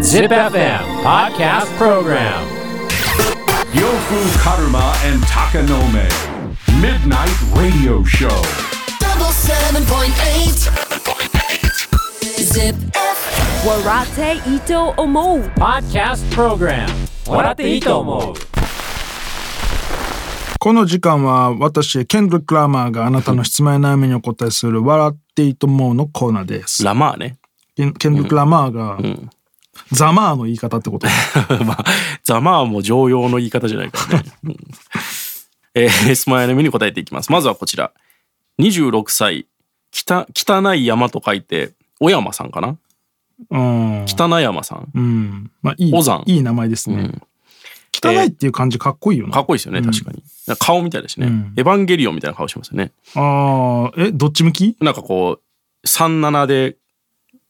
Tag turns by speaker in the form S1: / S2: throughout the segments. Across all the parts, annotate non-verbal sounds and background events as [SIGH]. S1: Zip FM Podcast Program
S2: Yofu Karuma and Takanome. Midnight Radio Show.
S3: double seven point eight. Zip.
S4: Warate Ito Omo.
S1: Podcast Program 笑っていいと思う
S5: この時間は私、ケンドリック・ラマーがあなたの質問や悩みにお答えする笑っていいと思うのコーナーです。
S6: ラマーね。 [LAUGHS]
S5: ケンケンドリック・ラマーが、ザマーの言い方って
S6: [LAUGHS]
S5: こと。
S6: まあ、ざまあも常用の言い方じゃないからね。うんえー、質問や悩みに答えていきます。まずはこちら。26歳、きた汚い山と書いて、小山さんかな
S5: うん。
S6: 汚い山さん。
S5: うん。まあ、いい
S6: オザン、
S5: いい名前ですね。汚いっていう感じかっこいいよな。
S6: かっこいいですよね、確かに。なんか顔みたいだしね、
S5: ん
S6: エヴァンゲリオンみたいな顔してますよね。
S5: ああ、え、どっち向き
S6: なんかこう、37で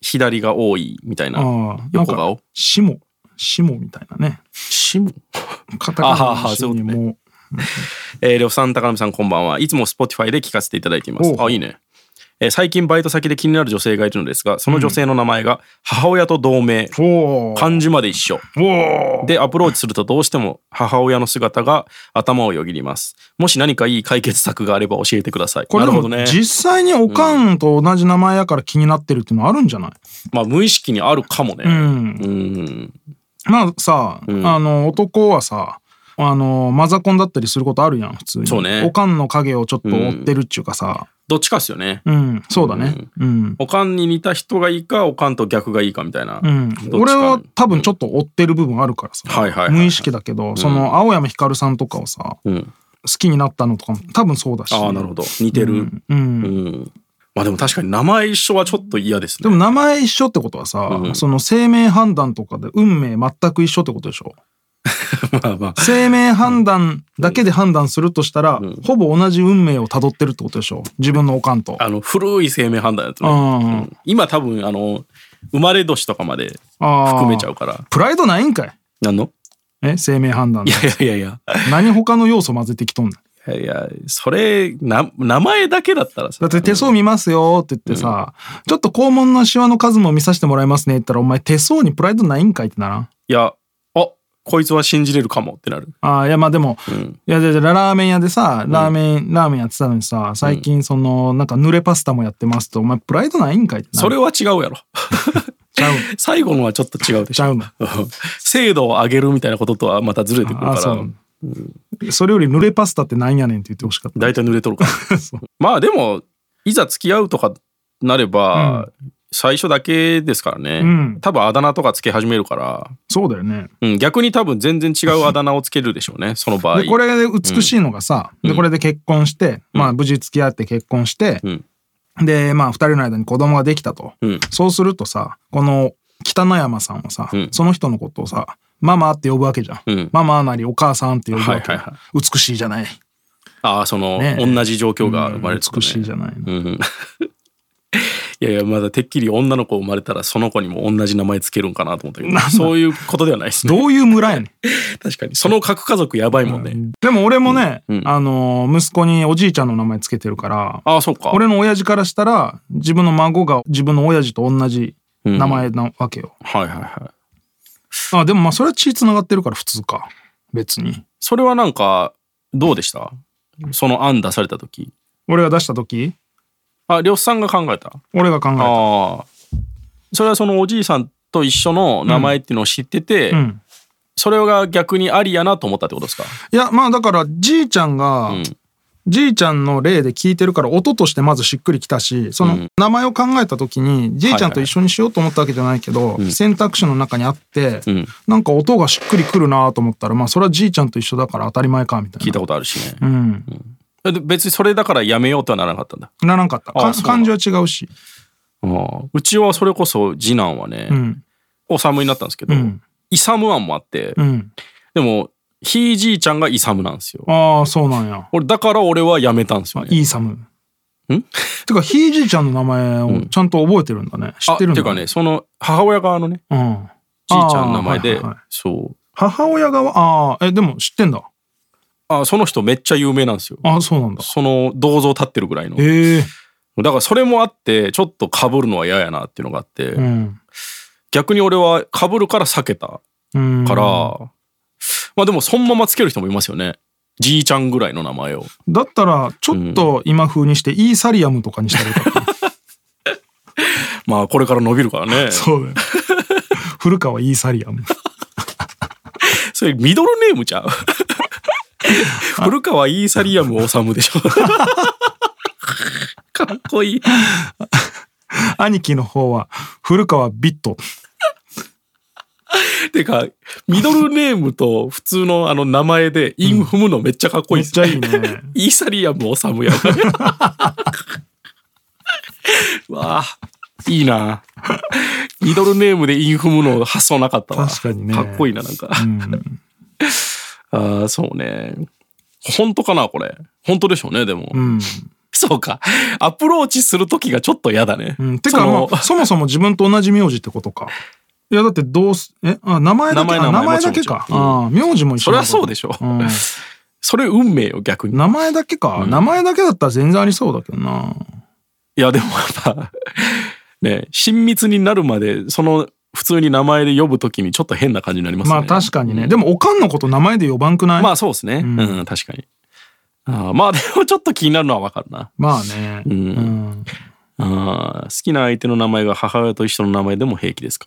S6: 左が多いみたいな
S5: ああ、なん
S6: 横
S5: か
S6: 顔。、
S5: シモ、シモみたいなね。
S6: シム
S5: カタカナのシ
S6: あーそうい
S5: に
S6: うことね
S5: もう、
S6: えー、りょうさん、高波さん、こんばんは。いつも Spotify で聞かせていただいています。
S5: おう
S6: あ、いいね。えー最近バイト先で気になる女性がいるのですが、その女性の名前が母親と同名、
S5: おー
S6: 漢字まで一緒。
S5: おー
S6: で、アプローチするとどうしても母親の姿が頭をよぎります。もし何かいい解決策があれば教えてください。
S5: これで
S6: なるほ
S5: も
S6: どね。
S5: 実際におかんと同じ名前やから気になってるっていうのはあるんじゃない
S6: まあ、無意識にあるかもね。
S5: うん
S6: う。ん。
S5: まあさ、あの男はさあのマザコンだったりすることあるやん普通に
S6: そうね
S5: おかんの影をちょっと追ってるっちゅうかさ
S6: どっちかっすよね。
S5: うん、そうだねうん、
S6: おかんに似た人がいいか、おかんと逆がいいかみたいな。
S5: うん
S6: どっちか
S5: 俺は多分ちょっと追ってる部分あるからさ、
S6: はいはいはいはい
S5: 無意識だけど、その青山ひかるさんとかをさ好
S6: うん。
S5: きになったのとかも多分そうだし
S6: ああ、なるほど。似てる。
S5: うん
S6: うん。まあでも確かに名前一緒はちょっと嫌です
S5: で
S6: ね。
S5: も名前一緒ってことはさ、その生命判断とかで運命全く一緒ってことでしょ
S6: [LAUGHS] まあまあ。
S5: 生命判断だけで判断するとしたら、ほぼ同じ運命をたどってるってことでしょ自分のおかんと。
S6: あの、古い生命判断やつね。
S5: うん
S6: うん今多分、あの、生まれ年とかまで
S5: あー
S6: 含めちゃうから。
S5: プライドないんかい
S6: なんの
S5: え生命判断
S6: い
S5: で
S6: やいやいや
S5: 何他の要素混ぜてきとんの
S6: いや。いや、それ、な、名前だけだったらさ
S5: だっ。て手相見ますよって言ってさ、ちょっと肛門のシワの数も見させてもらいますねって言ったらお前手相にプライドないんかいってならん
S6: いや、あ、こいつは信じれるかもってなる。
S5: あーいやまあでも、
S6: ん
S5: いやいやいやラーメン屋でさラーメン、ラーメンやってたのにさ最近そのなんか濡れパスタもやってますとお前プライドないんかいってな
S6: そ
S5: れ
S6: れは違うやろ。 [LAUGHS]
S5: ちゃうの
S6: 最後のはちょっと違うでし
S5: ちゃ
S6: ょ。
S5: う
S6: [LAUGHS]
S5: の
S6: 精度を上げるみたいなこととはまたずれてくる
S5: あ
S6: か
S5: ーそ
S6: ら
S5: う、、それより濡れパスタってなんやねんって言ってほしかった
S6: 大体濡れとるから。 [LAUGHS]
S5: そう
S6: まあでも、いざ付き合うとかなれば、最初だけですからね、
S5: うん
S6: 多分あだ名とかつけ始めるから、
S5: そうだよね
S6: うん、逆に多分全然違うあだ名をつけるでしょうね、その場合。
S5: でこれで美しいのがさ、でこれで結婚して、まあ無事付き合って結婚して、
S6: うん
S5: でまあ2人の間に子供ができたと、
S6: うん
S5: そうするとさこの北野山さんはさ、
S6: ん
S5: その人のことをさママって呼ぶわけじゃん、
S6: うん
S5: ママなりお母さんって呼ぶわけ、
S6: はいはいは
S5: 美しいじゃない
S6: ああ、その、
S5: ね
S6: 同じ状況が生まれる、
S5: 美しいじゃないの、
S6: うんいやいや、まだてっきり女の子生まれたらその子にも同じ名前つけるんかなと思ったけど、そういうことではないですね。
S5: どういう村やねん
S6: [LAUGHS] 確かに。その核家族やばいもんね。
S5: でも俺もね、
S6: うん
S5: あのー息子におじいちゃんの名前つけてるから
S6: ああ、そうか。
S5: 俺の親父からしたら自分の孫が自分の親父と同じ名前なわけよ、
S6: はいはいはい。
S5: あでもまあそれは血つながってるから普通か別に
S6: それはなんか、どうでしたその案出された時。
S5: 俺が出した時
S6: あ、りょうさんが考えた
S5: 俺が考えた
S6: ああそれはそのおじいさんと一緒の名前っていうのを知ってて、
S5: うん
S6: それが逆にありやなと思ったってことですか
S5: いやまあだからじいちゃんが、
S6: ん
S5: じいちゃんの例で聞いてるから音としてまずしっくりきたしその名前を考えた時にじいちゃんと一緒にしようと思ったわけじゃないけど、選択肢の中にあって、
S6: ん
S5: なんか音がしっくりくるなと思ったらまあそれはじいちゃんと一緒だから当たり前かみたいな
S6: 聞いたことあるしね、
S5: うん
S6: で別にそれだからやめようとはならなかったんだ
S5: ならんかったか
S6: あそう
S5: 漢字は違うし、
S6: ああうちはそれこそ次男はね、
S5: うん
S6: おさむになったんですけど、
S5: うん
S6: イサム案もあって、
S5: うん、
S6: でもひいじいちゃんがイサムなんですよ
S5: ああそうなんや
S6: 俺だから俺はやめたんですよね
S5: イーサム。んてか、ひいじいちゃんの名前をちゃんと覚えてるんだね。知ってるん
S6: あ
S5: だ
S6: てかね。その母親側のね
S5: うん。
S6: じいちゃんの名前で、
S5: あーはいはいはい
S6: そう
S5: 母親側、ああ、え、でも知ってんだ。
S6: あその人めっちゃ有名なんですよ
S5: あそうなんだ。
S6: その銅像立ってるぐらいの
S5: ええ
S6: だからそれもあってちょっと被るのは嫌やなっていうのがあって、
S5: うん。
S6: 逆に俺は被るから避けたか
S5: うん。
S6: ら、まあでもそのままつける人もいますよねじいちゃんぐらいの名前を
S5: だったら、ちょっと今風にして、イーサリアムとかにしたらよかった。
S6: まあこれから伸びるからね
S5: [LAUGHS]
S6: そ
S5: そうだよ。古川イーサリ
S6: [LAUGHS]
S5: アム。
S6: れミドルネーム
S5: [LAUGHS]
S6: ちゃう古川イーサリアム治でしょ [LAUGHS] かっこいい
S5: 兄貴の方は、古川ビット。
S6: てかミドルネームと普通のあの名前でイン踏むのめっちゃかっこい
S5: め
S6: い
S5: っ
S6: っす
S5: ちゃいいね。
S6: イーサリアム治
S5: [LAUGHS]
S6: やんわあいいなミドルネームでインフムの発想なかったわ
S5: 確かにね
S6: っこいいななんか
S5: うん。
S6: ああそうね本当かなこれ本当でしょうねでも、
S5: うん。
S6: そうかアプローチする時がちょっと嫌だね、
S5: うん、て
S6: そ
S5: か、ま
S6: の
S5: あ、そもそも自分と同じ名字ってことか。いや、だってどうす、え、あ、名前だけ
S6: 名前
S5: あ
S6: 名前
S5: だけか
S6: も。ちろん
S5: ああ、名字も一緒
S6: それはそう
S5: で
S6: でしょ、
S5: ん
S6: それ運命よ逆に
S5: 名前だけか。名前だけだったら全然ありそうだけどな。
S6: いやでもやっぱね親密になるまでその普通に名前で呼ぶ時にちょっと変な感じになりますね
S5: まあ確かにね。でも、おかんのこと名前で呼ばんくない
S6: ま
S5: まあ、
S6: あそうですね。うん、確かに。あーまあでもちょっと気になるのはわかるな。
S5: ね。
S6: うん
S5: うん。
S6: あー好きな相手の名前が母親と一緒の名前でも平気ですか。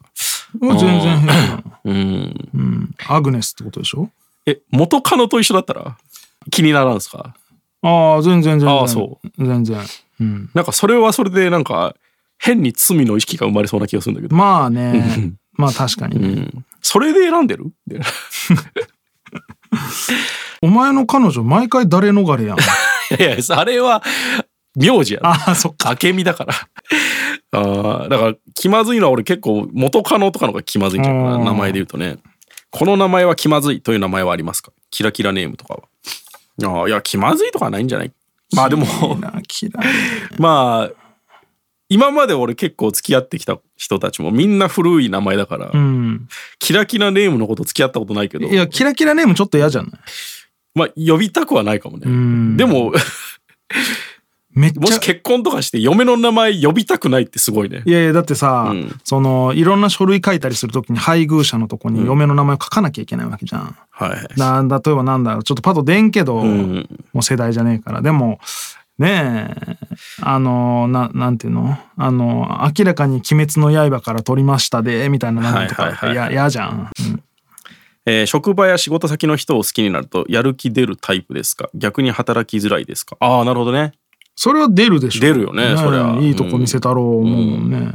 S5: もう全然平気なの。
S6: うん。
S5: うん。アグネスってことでしょ
S6: え、元カノと一緒だったら気にならんすか
S5: ああ、全然全然。。
S6: ああそう
S5: 全然。うん。
S6: なんかそれはそれでなんか変に罪の意識が生まれそうな気がするんだけど。
S5: まあ
S6: [LAUGHS]
S5: ね。まあ確かに
S6: う
S5: ね。
S6: ん。それで選んでるい
S5: お前の彼女、毎回誰逃
S6: [LAUGHS]
S5: れやん。
S6: やいや、あれは名字やろ。
S5: ああ、そっか。
S6: 明美だから。 [LAUGHS] ああ、だから気まずいのは俺結構元カノとかの方が気まずいんじゃないか
S5: う
S6: な。
S5: ん
S6: 名前で言うとね。この名前は気まずいという名前はありますかキラキラネームとかは。ああ、いや、気まずいとかはないんじゃないまあでも、
S5: いいな嫌い。
S6: [LAUGHS] まあ、今まで俺結構付き合ってきた人たちもみんな古い名前だから、
S5: うん。
S6: キラキラネームのこと付き合ったことないけど、
S5: いや、キラキラネームちょっと嫌じゃない
S6: まあ呼びたくはないかもね。
S5: ん
S6: でも、
S5: めっちゃ。
S6: [LAUGHS] もし結婚とかして嫁の名前呼びたくないってすごいね。
S5: いやいや、だってさ、
S6: ん
S5: その、いろんな書類書いたりするときに配偶者のとこに嫁の名前を書かなきゃいけないわけじゃん。
S6: はい。
S5: な例えばなんだろう、ちょっとパッと出んけど、
S6: ん
S5: もう世代じゃねえから。でも、ねえ、あの、ななんていうのあの、明らかに鬼滅の刃から取りましたで、みたいな名前とか、
S6: はいはいはい
S5: や嫌じゃん。
S6: えー職場や仕事先の人を好きになるとやる気出るタイプですか逆に働きづらいですかああなるほどね、
S5: それは出るでしょ。
S6: 出るよねそりゃ
S5: いいとこ見せたろう思うもんね。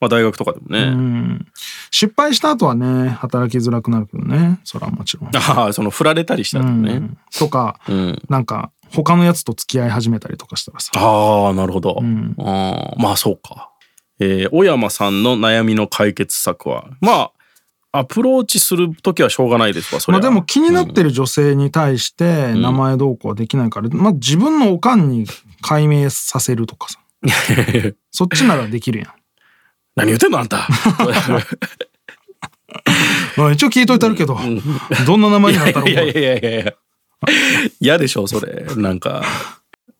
S6: まあ、大学とかでもね、
S5: うん失敗した後はね働きづらくなるけどねそれはもちろん。
S6: [LAUGHS] ああその振られたりしたらね、
S5: うんとか、
S6: ん
S5: なんか他のやつと付き合い始めたりとかしたらさ
S6: ああなるほど、
S5: ん
S6: あーまあそうかえー小山さんの悩みの解決策はまあアプローチする時はしょうがないですわそれ
S5: まあ、でも気になってる女性に対して名前どうこうはできないから、まあ、自分のおかんに解明させると
S6: [LAUGHS]
S5: かさそっちならできるやん
S6: 何言ってんのあん [LAUGHS] た
S5: まあ一応聞いといたるけど、どんな名前になったら
S6: いやいやいやいやいや嫌でしょそれなんか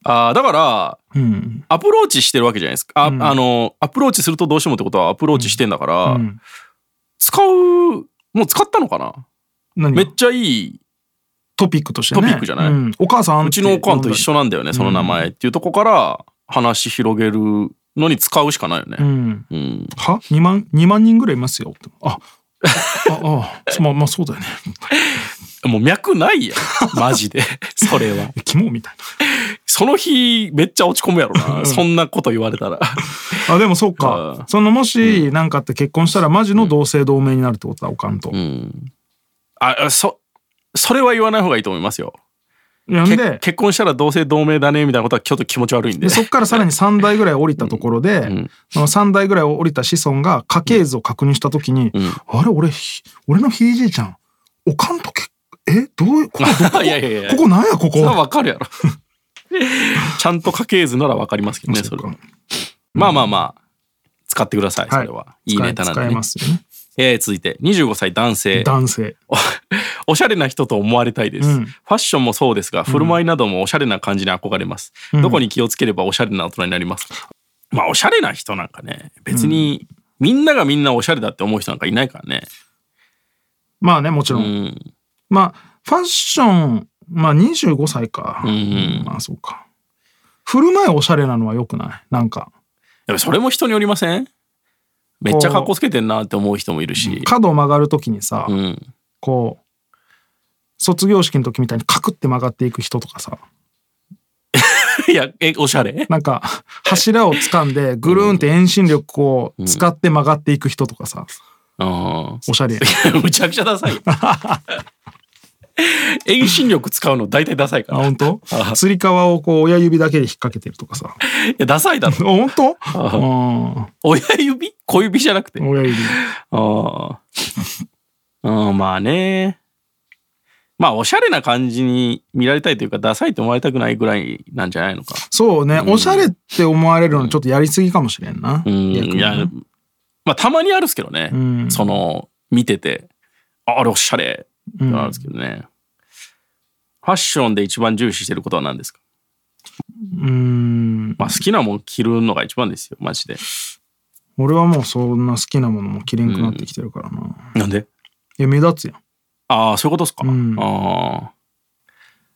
S6: ああだから
S5: うん
S6: アプローチしてるわけじゃないですか。あ,、あの、アプローチするとどうしてもってことはアプローチしてんだから、
S5: うん
S6: 使う、もう使ったのかな
S5: 何
S6: めっちゃいい、
S5: トピックとしてね
S6: トピックじゃない
S5: うんお母さん
S6: うちのおかんと一緒なんだよね、その名前っていうとこから話広げるのに使うしかないよ
S5: う
S6: ね。
S5: ん
S6: うん。
S5: は2万2万人ぐらいいますよああああまあまあそうだよね
S6: もう脈ないやん。 [LAUGHS] マジで。それは。
S5: 肝みたい
S6: その日、めっちゃ落ち込むやろ [LAUGHS] な。そんなこと言われた
S5: な
S6: ら。
S5: あでもそう
S6: うん
S5: かそのもしなんかあって結婚したらマジの同姓同名になるってことだおかんと、
S6: うん。あ、あそ、それは言わない方がいいと思いますよ。
S5: なん
S6: け
S5: で
S6: 結婚したら同姓同名だね、みたいなことはちょっと気持ち悪いんで。
S5: でそっからさらに3代ぐらい降りたところで、その3代ぐらい降りた子孫が家系図を確認した時に、あれ俺ひ俺のひいじいちゃんおかんとけえどういうここどこ
S6: [LAUGHS] いやいやいや
S5: ここなんやここ
S6: それはわかるやろ。 [LAUGHS] ちゃんと家系図ならわかりますけどね、それは。まあまあまあ、使ってください、そ
S5: はい
S6: れは。いいネタなんで、
S5: 使え
S6: ね
S5: ま。すよね
S6: えー続いて25歳男性
S5: 男性
S6: [LAUGHS] おおしゃれな人と思われたいです、
S5: うん
S6: ファッションもそうですが振る舞いなどもおしゃれな感じに憧れます、
S5: うん
S6: どこに気をつければおしゃれな大人になりますかまあおしゃれな人なんかね別にみんながみんなおしゃれだって思う人なんかいないからね
S5: まあねもちろ、
S6: うんん
S5: まあファッションまあ25歳か、
S6: うんうん
S5: まあそうか振る舞いおしゃれなのはよくないなんか
S6: やっぱそれも人によりませんめっちゃ格好つけてんなって思う人もいるし
S5: 角を曲がる時にさ、
S6: うん [LAUGHS]
S5: こう卒業式の時みたいにカクって曲がっていく人とかさ
S6: いやえおしゃれ
S5: なんか柱を掴んでぐるんって遠心力を使って曲がっていく人とかさ、
S6: あ
S5: おしゃれやん
S6: あ [LAUGHS] むちゃくちゃダ [LAUGHS] サいよ遠心力使うの大体ダサいか
S5: あ
S6: ら
S5: 本当つり革をこう親指だけで引っ掛けてるとか
S6: [LAUGHS]
S5: さあ
S6: いやダサいだろ
S5: 本当
S6: 親指小指じゃなくて
S5: うん親指
S6: ああ。うん、まあね。まあ、おしゃれな感じに見られたいというか、ダサいと思われたくないぐらいなんじゃないのか。
S5: そうね、おしゃれって思われるのちょっとやりすぎかもしれんな、
S6: うん、
S5: 逆に
S6: いや、まあ、たまにあるっすけどね。
S5: うん
S6: その、見てて、ああれおしゃれってなるんですけどね。ファッションで一番重視してることは何ですか
S5: うん
S6: まあ、好きなもん着るのが一番ですよ、マジで。
S5: 俺はもうそんな好きなものも着れんくなってきてるからな、い
S6: なんで
S5: や目立つやん
S6: ああ、そういうことっすか。
S5: うん
S6: ああ。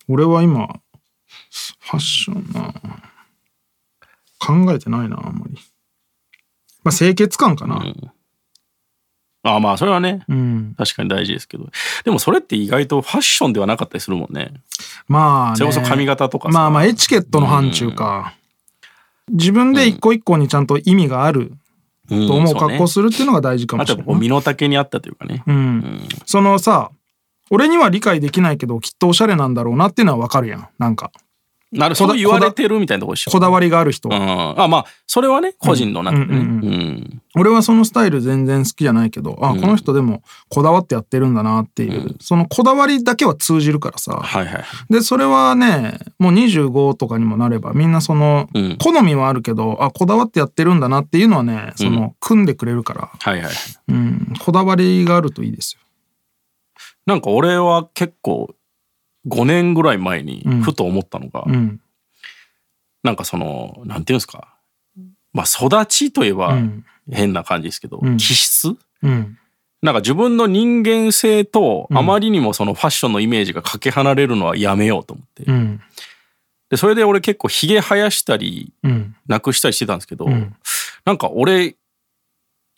S5: 俺は今ファッションな考えてないなあんまりまあ清潔感かな
S6: ああ、まあ、それはね、
S5: うん、
S6: 確かに大事ですけど。でも、それって意外とファッションではなかったりするもんね。
S5: まあ、ね、
S6: それこそ髪型とかさ
S5: まあまあエチケットの範疇か、自分で一個一個にちゃんと意味があると思う格好
S6: す
S5: するっていうのが大事か
S6: る
S5: も
S6: あ
S5: し
S6: と
S5: れ
S6: は
S5: ない
S6: こう身の丈に合ったというかね。
S5: うん、そのさ俺には理解できないけどきっとおしゃれなんだろうなっていうのはわかるやんなんか
S6: な
S5: こ
S6: るそ
S5: だ
S6: う言われてるみたいなとこでしょ。
S5: こだわりがある人
S6: う
S5: は、
S6: ん。あまあそれはね個人の中で
S5: う
S6: ね。うんん
S5: 俺はそのスタイル全然好きじゃないけどあこの人でもこだわってやってるんだなっていう、そのこだわりだけは通じるからさ、
S6: はいはい。
S5: でそれはねもう25とかにもなればみんなその、
S6: うん
S5: 好みはあるけどあこだわってやってるんだなっていうのはねその、組んでくれるから、
S6: はいはい。
S5: うん、こだわりがあるといいですよ。
S6: なんか俺は結構5年ぐらい前にふと思ったのが、
S5: うん
S6: なんかそのなんていうんですかまあ育ちといえ
S5: う
S6: ば
S5: ん
S6: 変な感じですけど、
S5: ん
S6: 気質
S5: うん
S6: なんか自分の人間性とあまりにもそのファッションのイメージがかけ離れるのはやめようと思って。
S5: うん
S6: でそれで俺結構ひげ生やしたり
S5: うん
S6: なくしたりしてたんですけど、
S5: ん
S6: なんか俺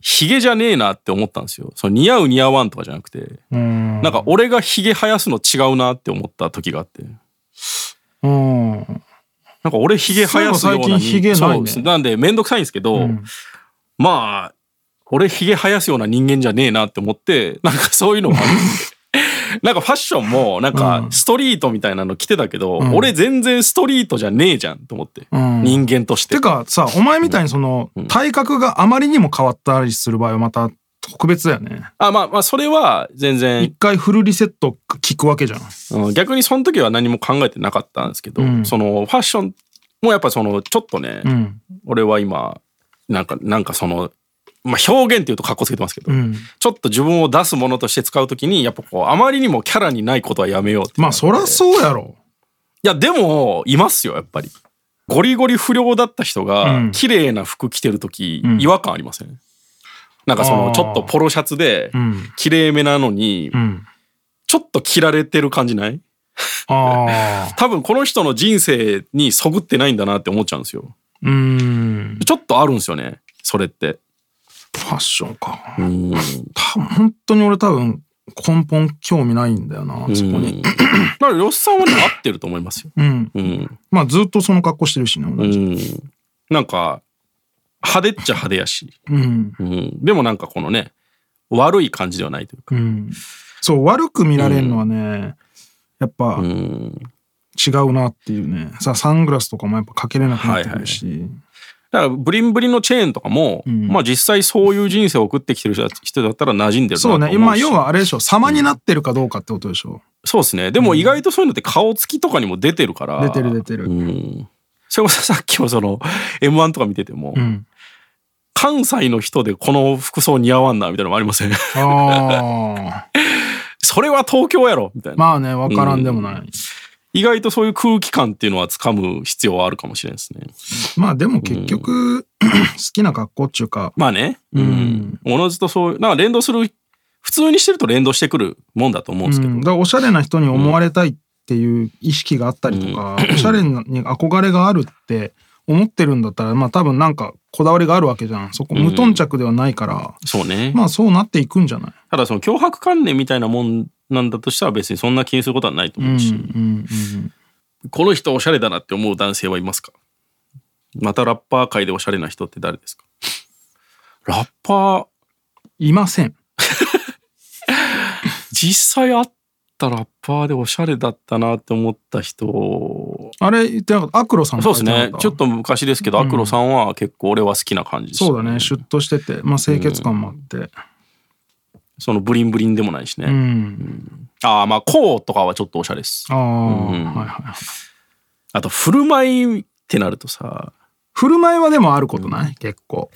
S6: ヒゲじゃねえなって思ったんですよその似合う似合わんとかじゃなくて
S5: うん
S6: なんか俺がヒゲ生やすの違うなって思った時があって
S5: うん
S6: なんか俺ヒゲ生やすよ
S5: そうい
S6: うな
S5: えば最近ヒゲないね
S6: そうですなんで面倒くさいんですけど、
S5: ん
S6: まあ俺ヒゲ生やすような人間じゃねえなって思ってなんかそういう
S5: [LAUGHS]
S6: のもあるなんかファッションもなんかストリートみたいなの着てたけど、
S5: ん
S6: 俺全然ストリートじゃねえじゃんと思って、
S5: うん
S6: 人間として
S5: てかさお前みたいにその体格があまりにも変わったりする場合はまた特別だよね
S6: あまあまあそれは全然
S5: 一回フルリセット聞くわけじゃん
S6: うん逆にその時は何も考えてなかったんですけど、
S5: うん
S6: そのファッションもやっぱそのちょっとね、
S5: うん
S6: 俺は今なんかなんかその、まあ、表現っていうとかっこつけてますけど、
S5: うん
S6: ちょっと自分を出すものとして使う時にやっぱこうあまりにもキャラにないことはやめようっていうのが
S5: まあそらそうやろ
S6: いやでもいますよやっぱりゴリゴリ不良だった人が、
S5: うん
S6: 綺麗な服着てる時、
S5: ん
S6: 違和感ありませんなんかそ
S5: あー
S6: のちょっとポロシャツで、
S5: うん
S6: 綺麗めなのに、
S5: うん
S6: ちょっと着られてる感じない
S5: ああ
S6: 多分この人の人生にそぐってないんだなって思っちゃうんですよ。
S5: うん
S6: ちょっとあるんですよね、それって。
S5: ファッションか
S6: うん。
S5: 多分本当に俺多分根本興味ないんだよなそこに
S6: だから、よっさんはね、合ってると思いますよ。
S5: うん
S6: うん。
S5: まあずっとその格好してるしね
S6: う
S5: 俺
S6: ん。なんか、派手っちゃ派手やし。
S5: うん
S6: うん。でもなんかこのね、悪い感じではないという
S5: う
S6: か。
S5: んそう悪く見られるのはねやっぱ
S6: うん。
S5: 違うなっていうねさサングラスとかもやっぱかけれなくなってくるし、
S6: だから、ブリンブリンのチェーンとかも、まあ実際そういう人生を送ってきてる人だ人だったら馴染んでるなと
S5: そ
S6: 思
S5: う
S6: う
S5: ね
S6: し
S5: 今要はあれでしょ様になってるかどうかってことでしょ
S6: そうですね。でも意外とそういうのって顔つきとかにも出てるから。
S5: 出てる出てる
S6: うん。それこそさっきもその M1 とか見てても、
S5: うん
S6: 関西の人でこの服装似合わんなみたいなのもありません [LAUGHS]
S5: ああ。
S6: それは東京やろみたいな、
S5: まあね、わからんでもない。
S6: 意外とそういう空気感っていうのは掴む必要はあるかもしれないですね
S5: まあでも結局、好きな格好っていうか、
S6: まあねうんおの、ずとそういうなんか連動する普通にしてると連動してくるもんだと思うんですけ
S5: う
S6: ど、
S5: ん、だからおしゃれな人に思われたいっていう意識があったりとか、おしゃれに憧れがあるって思ってるんだったらまあ多分なんかこだわりがあるわけじゃんそこ無頓着ではないから、
S6: そうね、
S5: まあそうなっていくんじゃない
S6: ただその脅迫観念みたいなもんなんだとしたら別にそんな気にすることはないと
S5: うん
S6: 思う
S5: う
S6: し、
S5: ん
S6: この人おしゃれだなって思う男性はいますかまたラッパー界でおしゃれな人って誰ですかラッパー
S5: いません
S6: 実際会ったラッパーでおしゃれだったなって思った人
S5: あれ言ってなかったアクロさん
S6: そ
S5: も
S6: うです
S5: 書いてな
S6: ね
S5: かた
S6: ちょっと昔ですけど、アクロさんは結構俺は好きな感じです、
S5: そうだねシュッとしてて、まあ、清潔感もあって
S6: そのブリンブリンでもないしね、
S5: うん、
S6: ああまあこうとかはちょっとおしゃれです
S5: ああ、
S6: ん
S5: はいはい
S6: あと振る舞いってなるとさ
S5: 振る舞いはでもあることない結構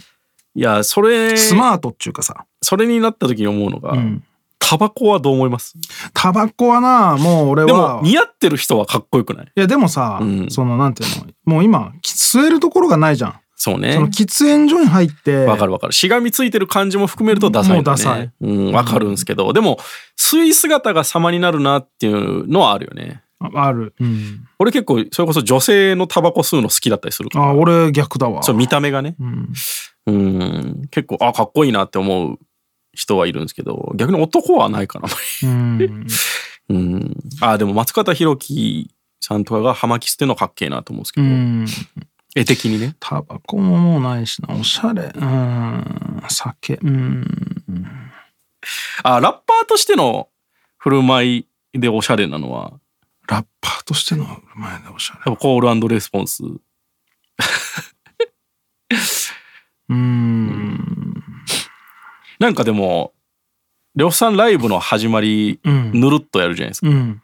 S6: いやそれ
S5: スマートっちゅうかさ、
S6: それになった時に思うのが、
S5: うん、
S6: タバコはどう思います
S5: タバコはなもう俺は
S6: でも似合ってる人はかっこよくない
S5: いやでもさ、
S6: うん
S5: そのなんていうのもう今き吸えるところがないじゃん、
S6: そうね
S5: その喫煙所に入って
S6: わかるわかるしがみついてる感じも含めるとダサい、ね、
S5: もうダサい
S6: うんわかるんですけど、でも吸い姿が様になるなっていうのはあるよね
S5: あある、うん
S6: 俺結構それこそ女性のタバコ吸うの好きだったりするから
S5: あ俺逆だわ
S6: そう見た目がね
S5: うん
S6: うん結構あかっこいいなって思う人はいるんですけど逆に男はないかな
S5: うん、
S6: うんあでも松方弘樹さんとかが葉巻吸ってんのかっけえなと思うんですけ
S5: う
S6: ど、
S5: ん、
S6: 絵的にね
S5: タバコももうないしなおしゃれうん酒うん
S6: あラッパーとしての振る舞いでおしゃれなのは
S5: ラッパーとしての前でおしゃれ
S6: やっぱコールレスポンス
S5: うん
S6: なんかでも、レオさんライブの始まり、
S5: うん
S6: ぬるっとやるじゃないですか。
S5: うん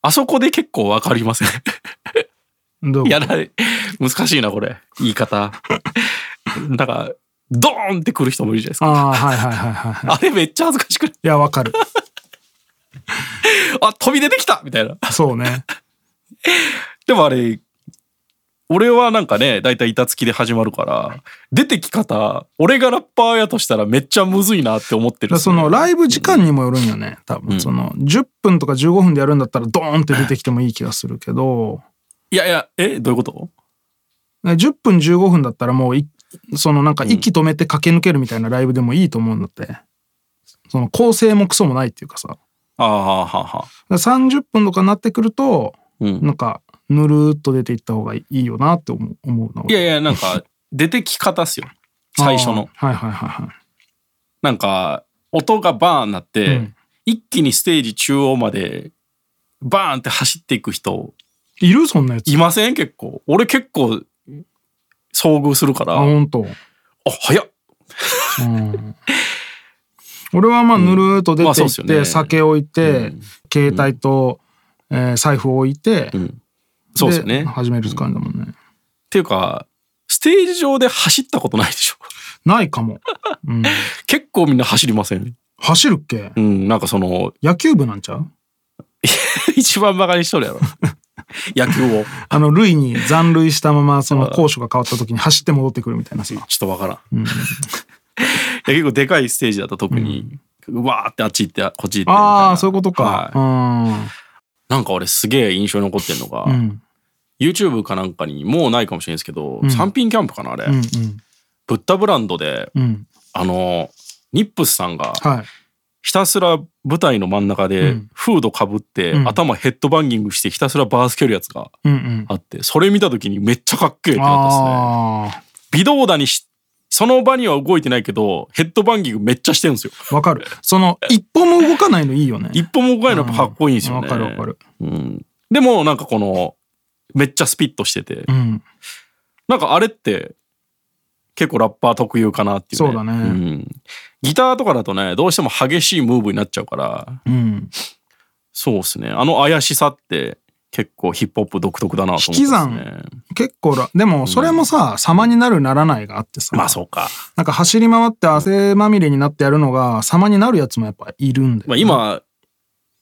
S6: あそこで結構わかりません。
S5: どう
S6: やられ、難しいな、これ。言い方。なんか、ドーンって来る人もいるじゃないですか。
S5: ああはいはいはいはい
S6: あれめっちゃ恥ずかしくない
S5: いやわかる
S6: あ、飛び出てきたみたいな。
S5: そうね
S6: でもあれ、俺はなんかね、だいたい板付きで始まるから、出てき方、俺がラッパーやとしたらめっちゃむずいなって思って
S5: だか
S6: る
S5: らそのライブ時間にもよるんよね多分その10分とか15分でやるんだったらドーンって出てきてもいい気がするけど
S6: いやいや、え、どういうこと
S5: 10分15分だったらもういそのなんか息止めて駆け抜けるみたいなライブでもいいと思うんだってその構成もクソもないっていうかさだか
S6: ああ、はあはあはあ。
S5: ら30分とかになってくると
S6: うん
S5: なんかぬるーっと出ていった方がいいよなって思う思うない
S6: やいや、な
S5: [LAUGHS]
S6: んか、出てき方っすよ。最初の。
S5: はいはいはいはい
S6: なんか、音がバーンなって、
S5: うん
S6: 一気にステージ中央まで、バーンって走っていく人、
S5: いるそんなやつ
S6: いません結構。俺結構、遭遇するから、
S5: あ
S6: あ、
S5: 本当。
S6: 早っ
S5: うん俺はまあぬるーっと出
S6: まあ
S5: て
S6: そう
S5: い
S6: っ
S5: っ
S6: す
S5: て、
S6: よね
S5: 酒置いて、
S6: うん
S5: 携帯と、えー財布を置いて、
S6: んそうですよね。っ
S5: 始める感じだもんね、
S6: ていうか、ステージ上で走ったことないでしょ。 [LAUGHS]
S5: ないかも、うん、
S6: 結構みんな走りません。
S5: 走るっけ
S6: うん、なんかその、 [LAUGHS]
S5: 野球部なんちゃう
S6: 一番馬鹿にしとるやろ。 [LAUGHS] 野球を。
S5: あの塁に残塁したままその攻守が変わった時に走って戻ってくるみたいなさ、
S6: ちょっとわからん。
S5: うん、
S6: いや結構でかいステージだと特に、うわーってあっち行ってこっち行ってみたいな
S5: ああそういうことか、
S6: はいなんか俺すげえ印象に残ってんのが、
S5: うん、うん、
S6: YouTube かなんかにもうないかもしれないですけど、
S5: ん
S6: 三品キャンプかなあれ、
S5: うん
S6: ブッダブランドで
S5: うんうん
S6: あのニップスさんが
S5: はい
S6: ひたすら舞台の真ん中
S5: う
S6: で
S5: ん
S6: フードかぶって、
S5: うん
S6: 頭ヘッドバンギングしてひたすらバース蹴るやつが
S5: うんうん
S6: あってそれ見た時にめっちゃかっけえってなったですね
S5: あ
S6: 微動だにしその場には動いてないけどヘッドバンギングめっちゃしてるんですよ
S5: あわかるその一歩も動かないのいいよね
S6: 一歩も動かないのやっぱかっこいいんですよね、
S5: わかるわかる
S6: うん、でもなんかこのめっちゃスピッとしてて、
S5: うん
S6: なんかあれって結構ラッパー特有かなっていう、
S5: そうだね
S6: んギターとかだとねどうしても激しいムーブになっちゃうから
S5: うん
S6: そうですねあの怪しさって結構ヒップホップ独特だなと思って
S5: 引き
S6: ます
S5: 算
S6: ね。
S5: 結構らでもそれもさ、様になるならないがあってさ
S6: まあそうか。
S5: なんか走り回って汗まみれになってやるのが様になるやつもやっぱいるんで、
S6: まあ今、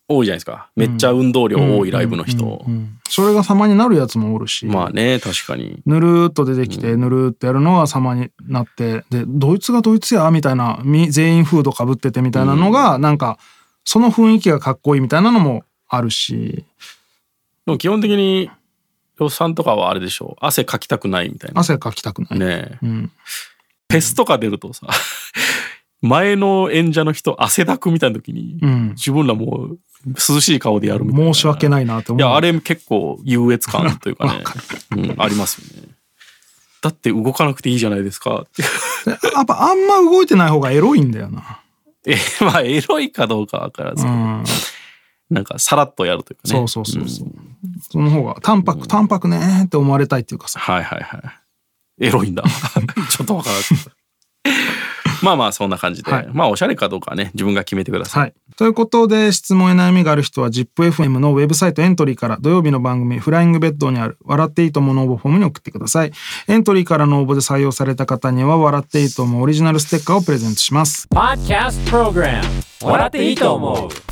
S6: 多いじゃないですか。めっちゃ運動量多いライブの人
S5: う。んそれが様になるやつもおるし、
S6: まあね、確かに。
S5: ぬるーっと出てきてぬるーってやるのが様になってでドイツがドイツやみたいなみ全員フードかぶっててみたいなのが、なんかその雰囲気がかっこいいみたいなのもあるし
S6: でも基本的に、予算とかはあれでしょう。汗かきたくないみたいな。
S5: 汗かきたくない、
S6: ねえ
S5: うん、
S6: フェスとか出るとさ、前の演者の人汗だくみたいな時に、
S5: うん
S6: 自分らもう涼しい顔でやるみたいな。
S5: 申し訳ないなって思
S6: いうや、あれ結構優越感とい
S5: [LAUGHS]
S6: うかね、うん、ありますよね。だって動かなくていいじゃないですか。 [LAUGHS]
S5: やっぱあんま動いてない方がエロいんだよな、
S6: え、まあ、エロいかどうかわからず、
S5: うん、
S6: なんかさらっとやるというかね。
S5: そうそうそうそう、その方が淡白淡白ねーって思われたいっていうかさ
S6: はいはいはい。エロいんだ。 [LAUGHS] ちょっとわからなかった。まあまあそんな感じで、
S5: はい
S6: まあおしゃれかどうかはね自分が決めてください。
S5: はい。ということで、質問や悩みがある人は ZIPFM のウェブサイトエントリーから土曜日の番組フライングベッドにある笑っていいともの応募フォームに送ってください。エントリーからの応募で採用された方には笑っていいともオリジナルステッカーをプレゼントします。
S1: Podcast Program 笑っていいと思う